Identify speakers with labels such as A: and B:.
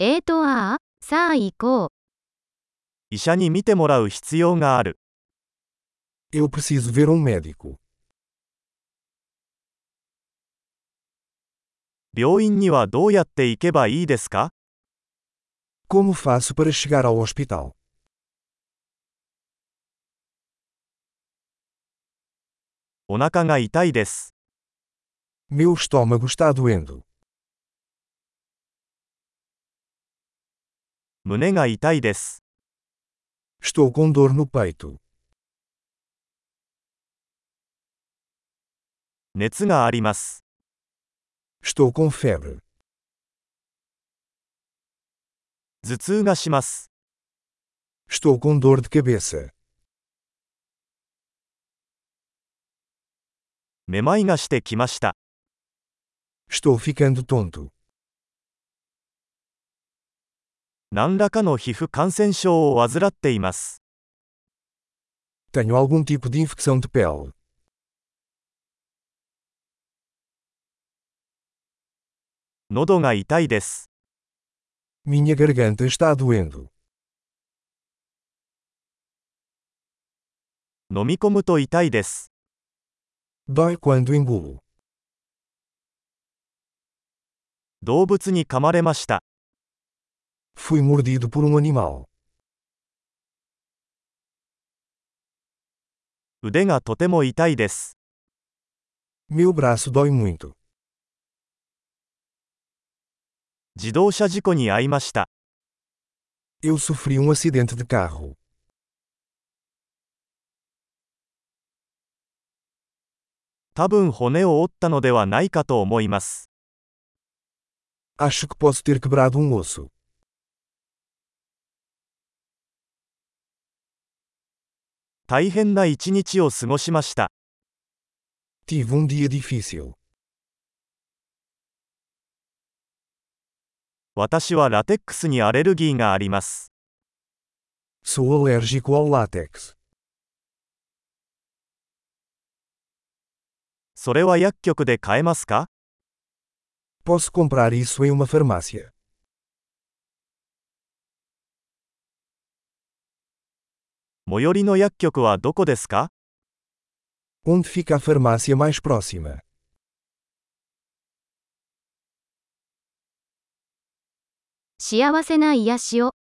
A: えーとああ、さあ行こう。
B: 医者に診てもらう必要がある。
C: Eu preciso ver um médico.
B: 病院にはどうやって行けばいいですか
C: Como faço para chegar ao hospital?
B: お腹が痛いです。
C: Meu estômago está doendo.
B: 胸が痛いです。
C: Estou com dor no peito.
B: 熱があります。
C: Estou com febre.
B: 頭痛がします。
C: Estou com dor de cabeça.
B: めまいがしてきました。
C: Estou ficando tonto.
B: 何らかの皮膚感染症を患っています。
C: Tenho algum tipo de infecção de pele.
B: 喉が痛いです。
C: Minha garganta está doendo.
B: 飲み込むと痛いです。
C: Dói quando engulo.
B: 動物に噛まれました。
C: Fui mordido por um animal.
B: 腕がとても痛いです。
C: Meu braço dói muito.
B: 自動車事故に遭いました。
C: Eu sofri um acidente de carro.
B: 多分骨を折ったのではないかと思います。
C: Acho que posso ter quebrado um osso.
B: 大変な一日を過ごしました。
C: Tive um dia difícil.
B: 私はラテックスにアレルギーがあります。
C: Sou alérgico ao látex.
B: それは薬局で買えますか
C: Posso comprar isso em uma farmácia.
B: 最寄りの薬局はどこですか
C: Onde fica a farmácia mais próxima?
A: 幸せな癒しを。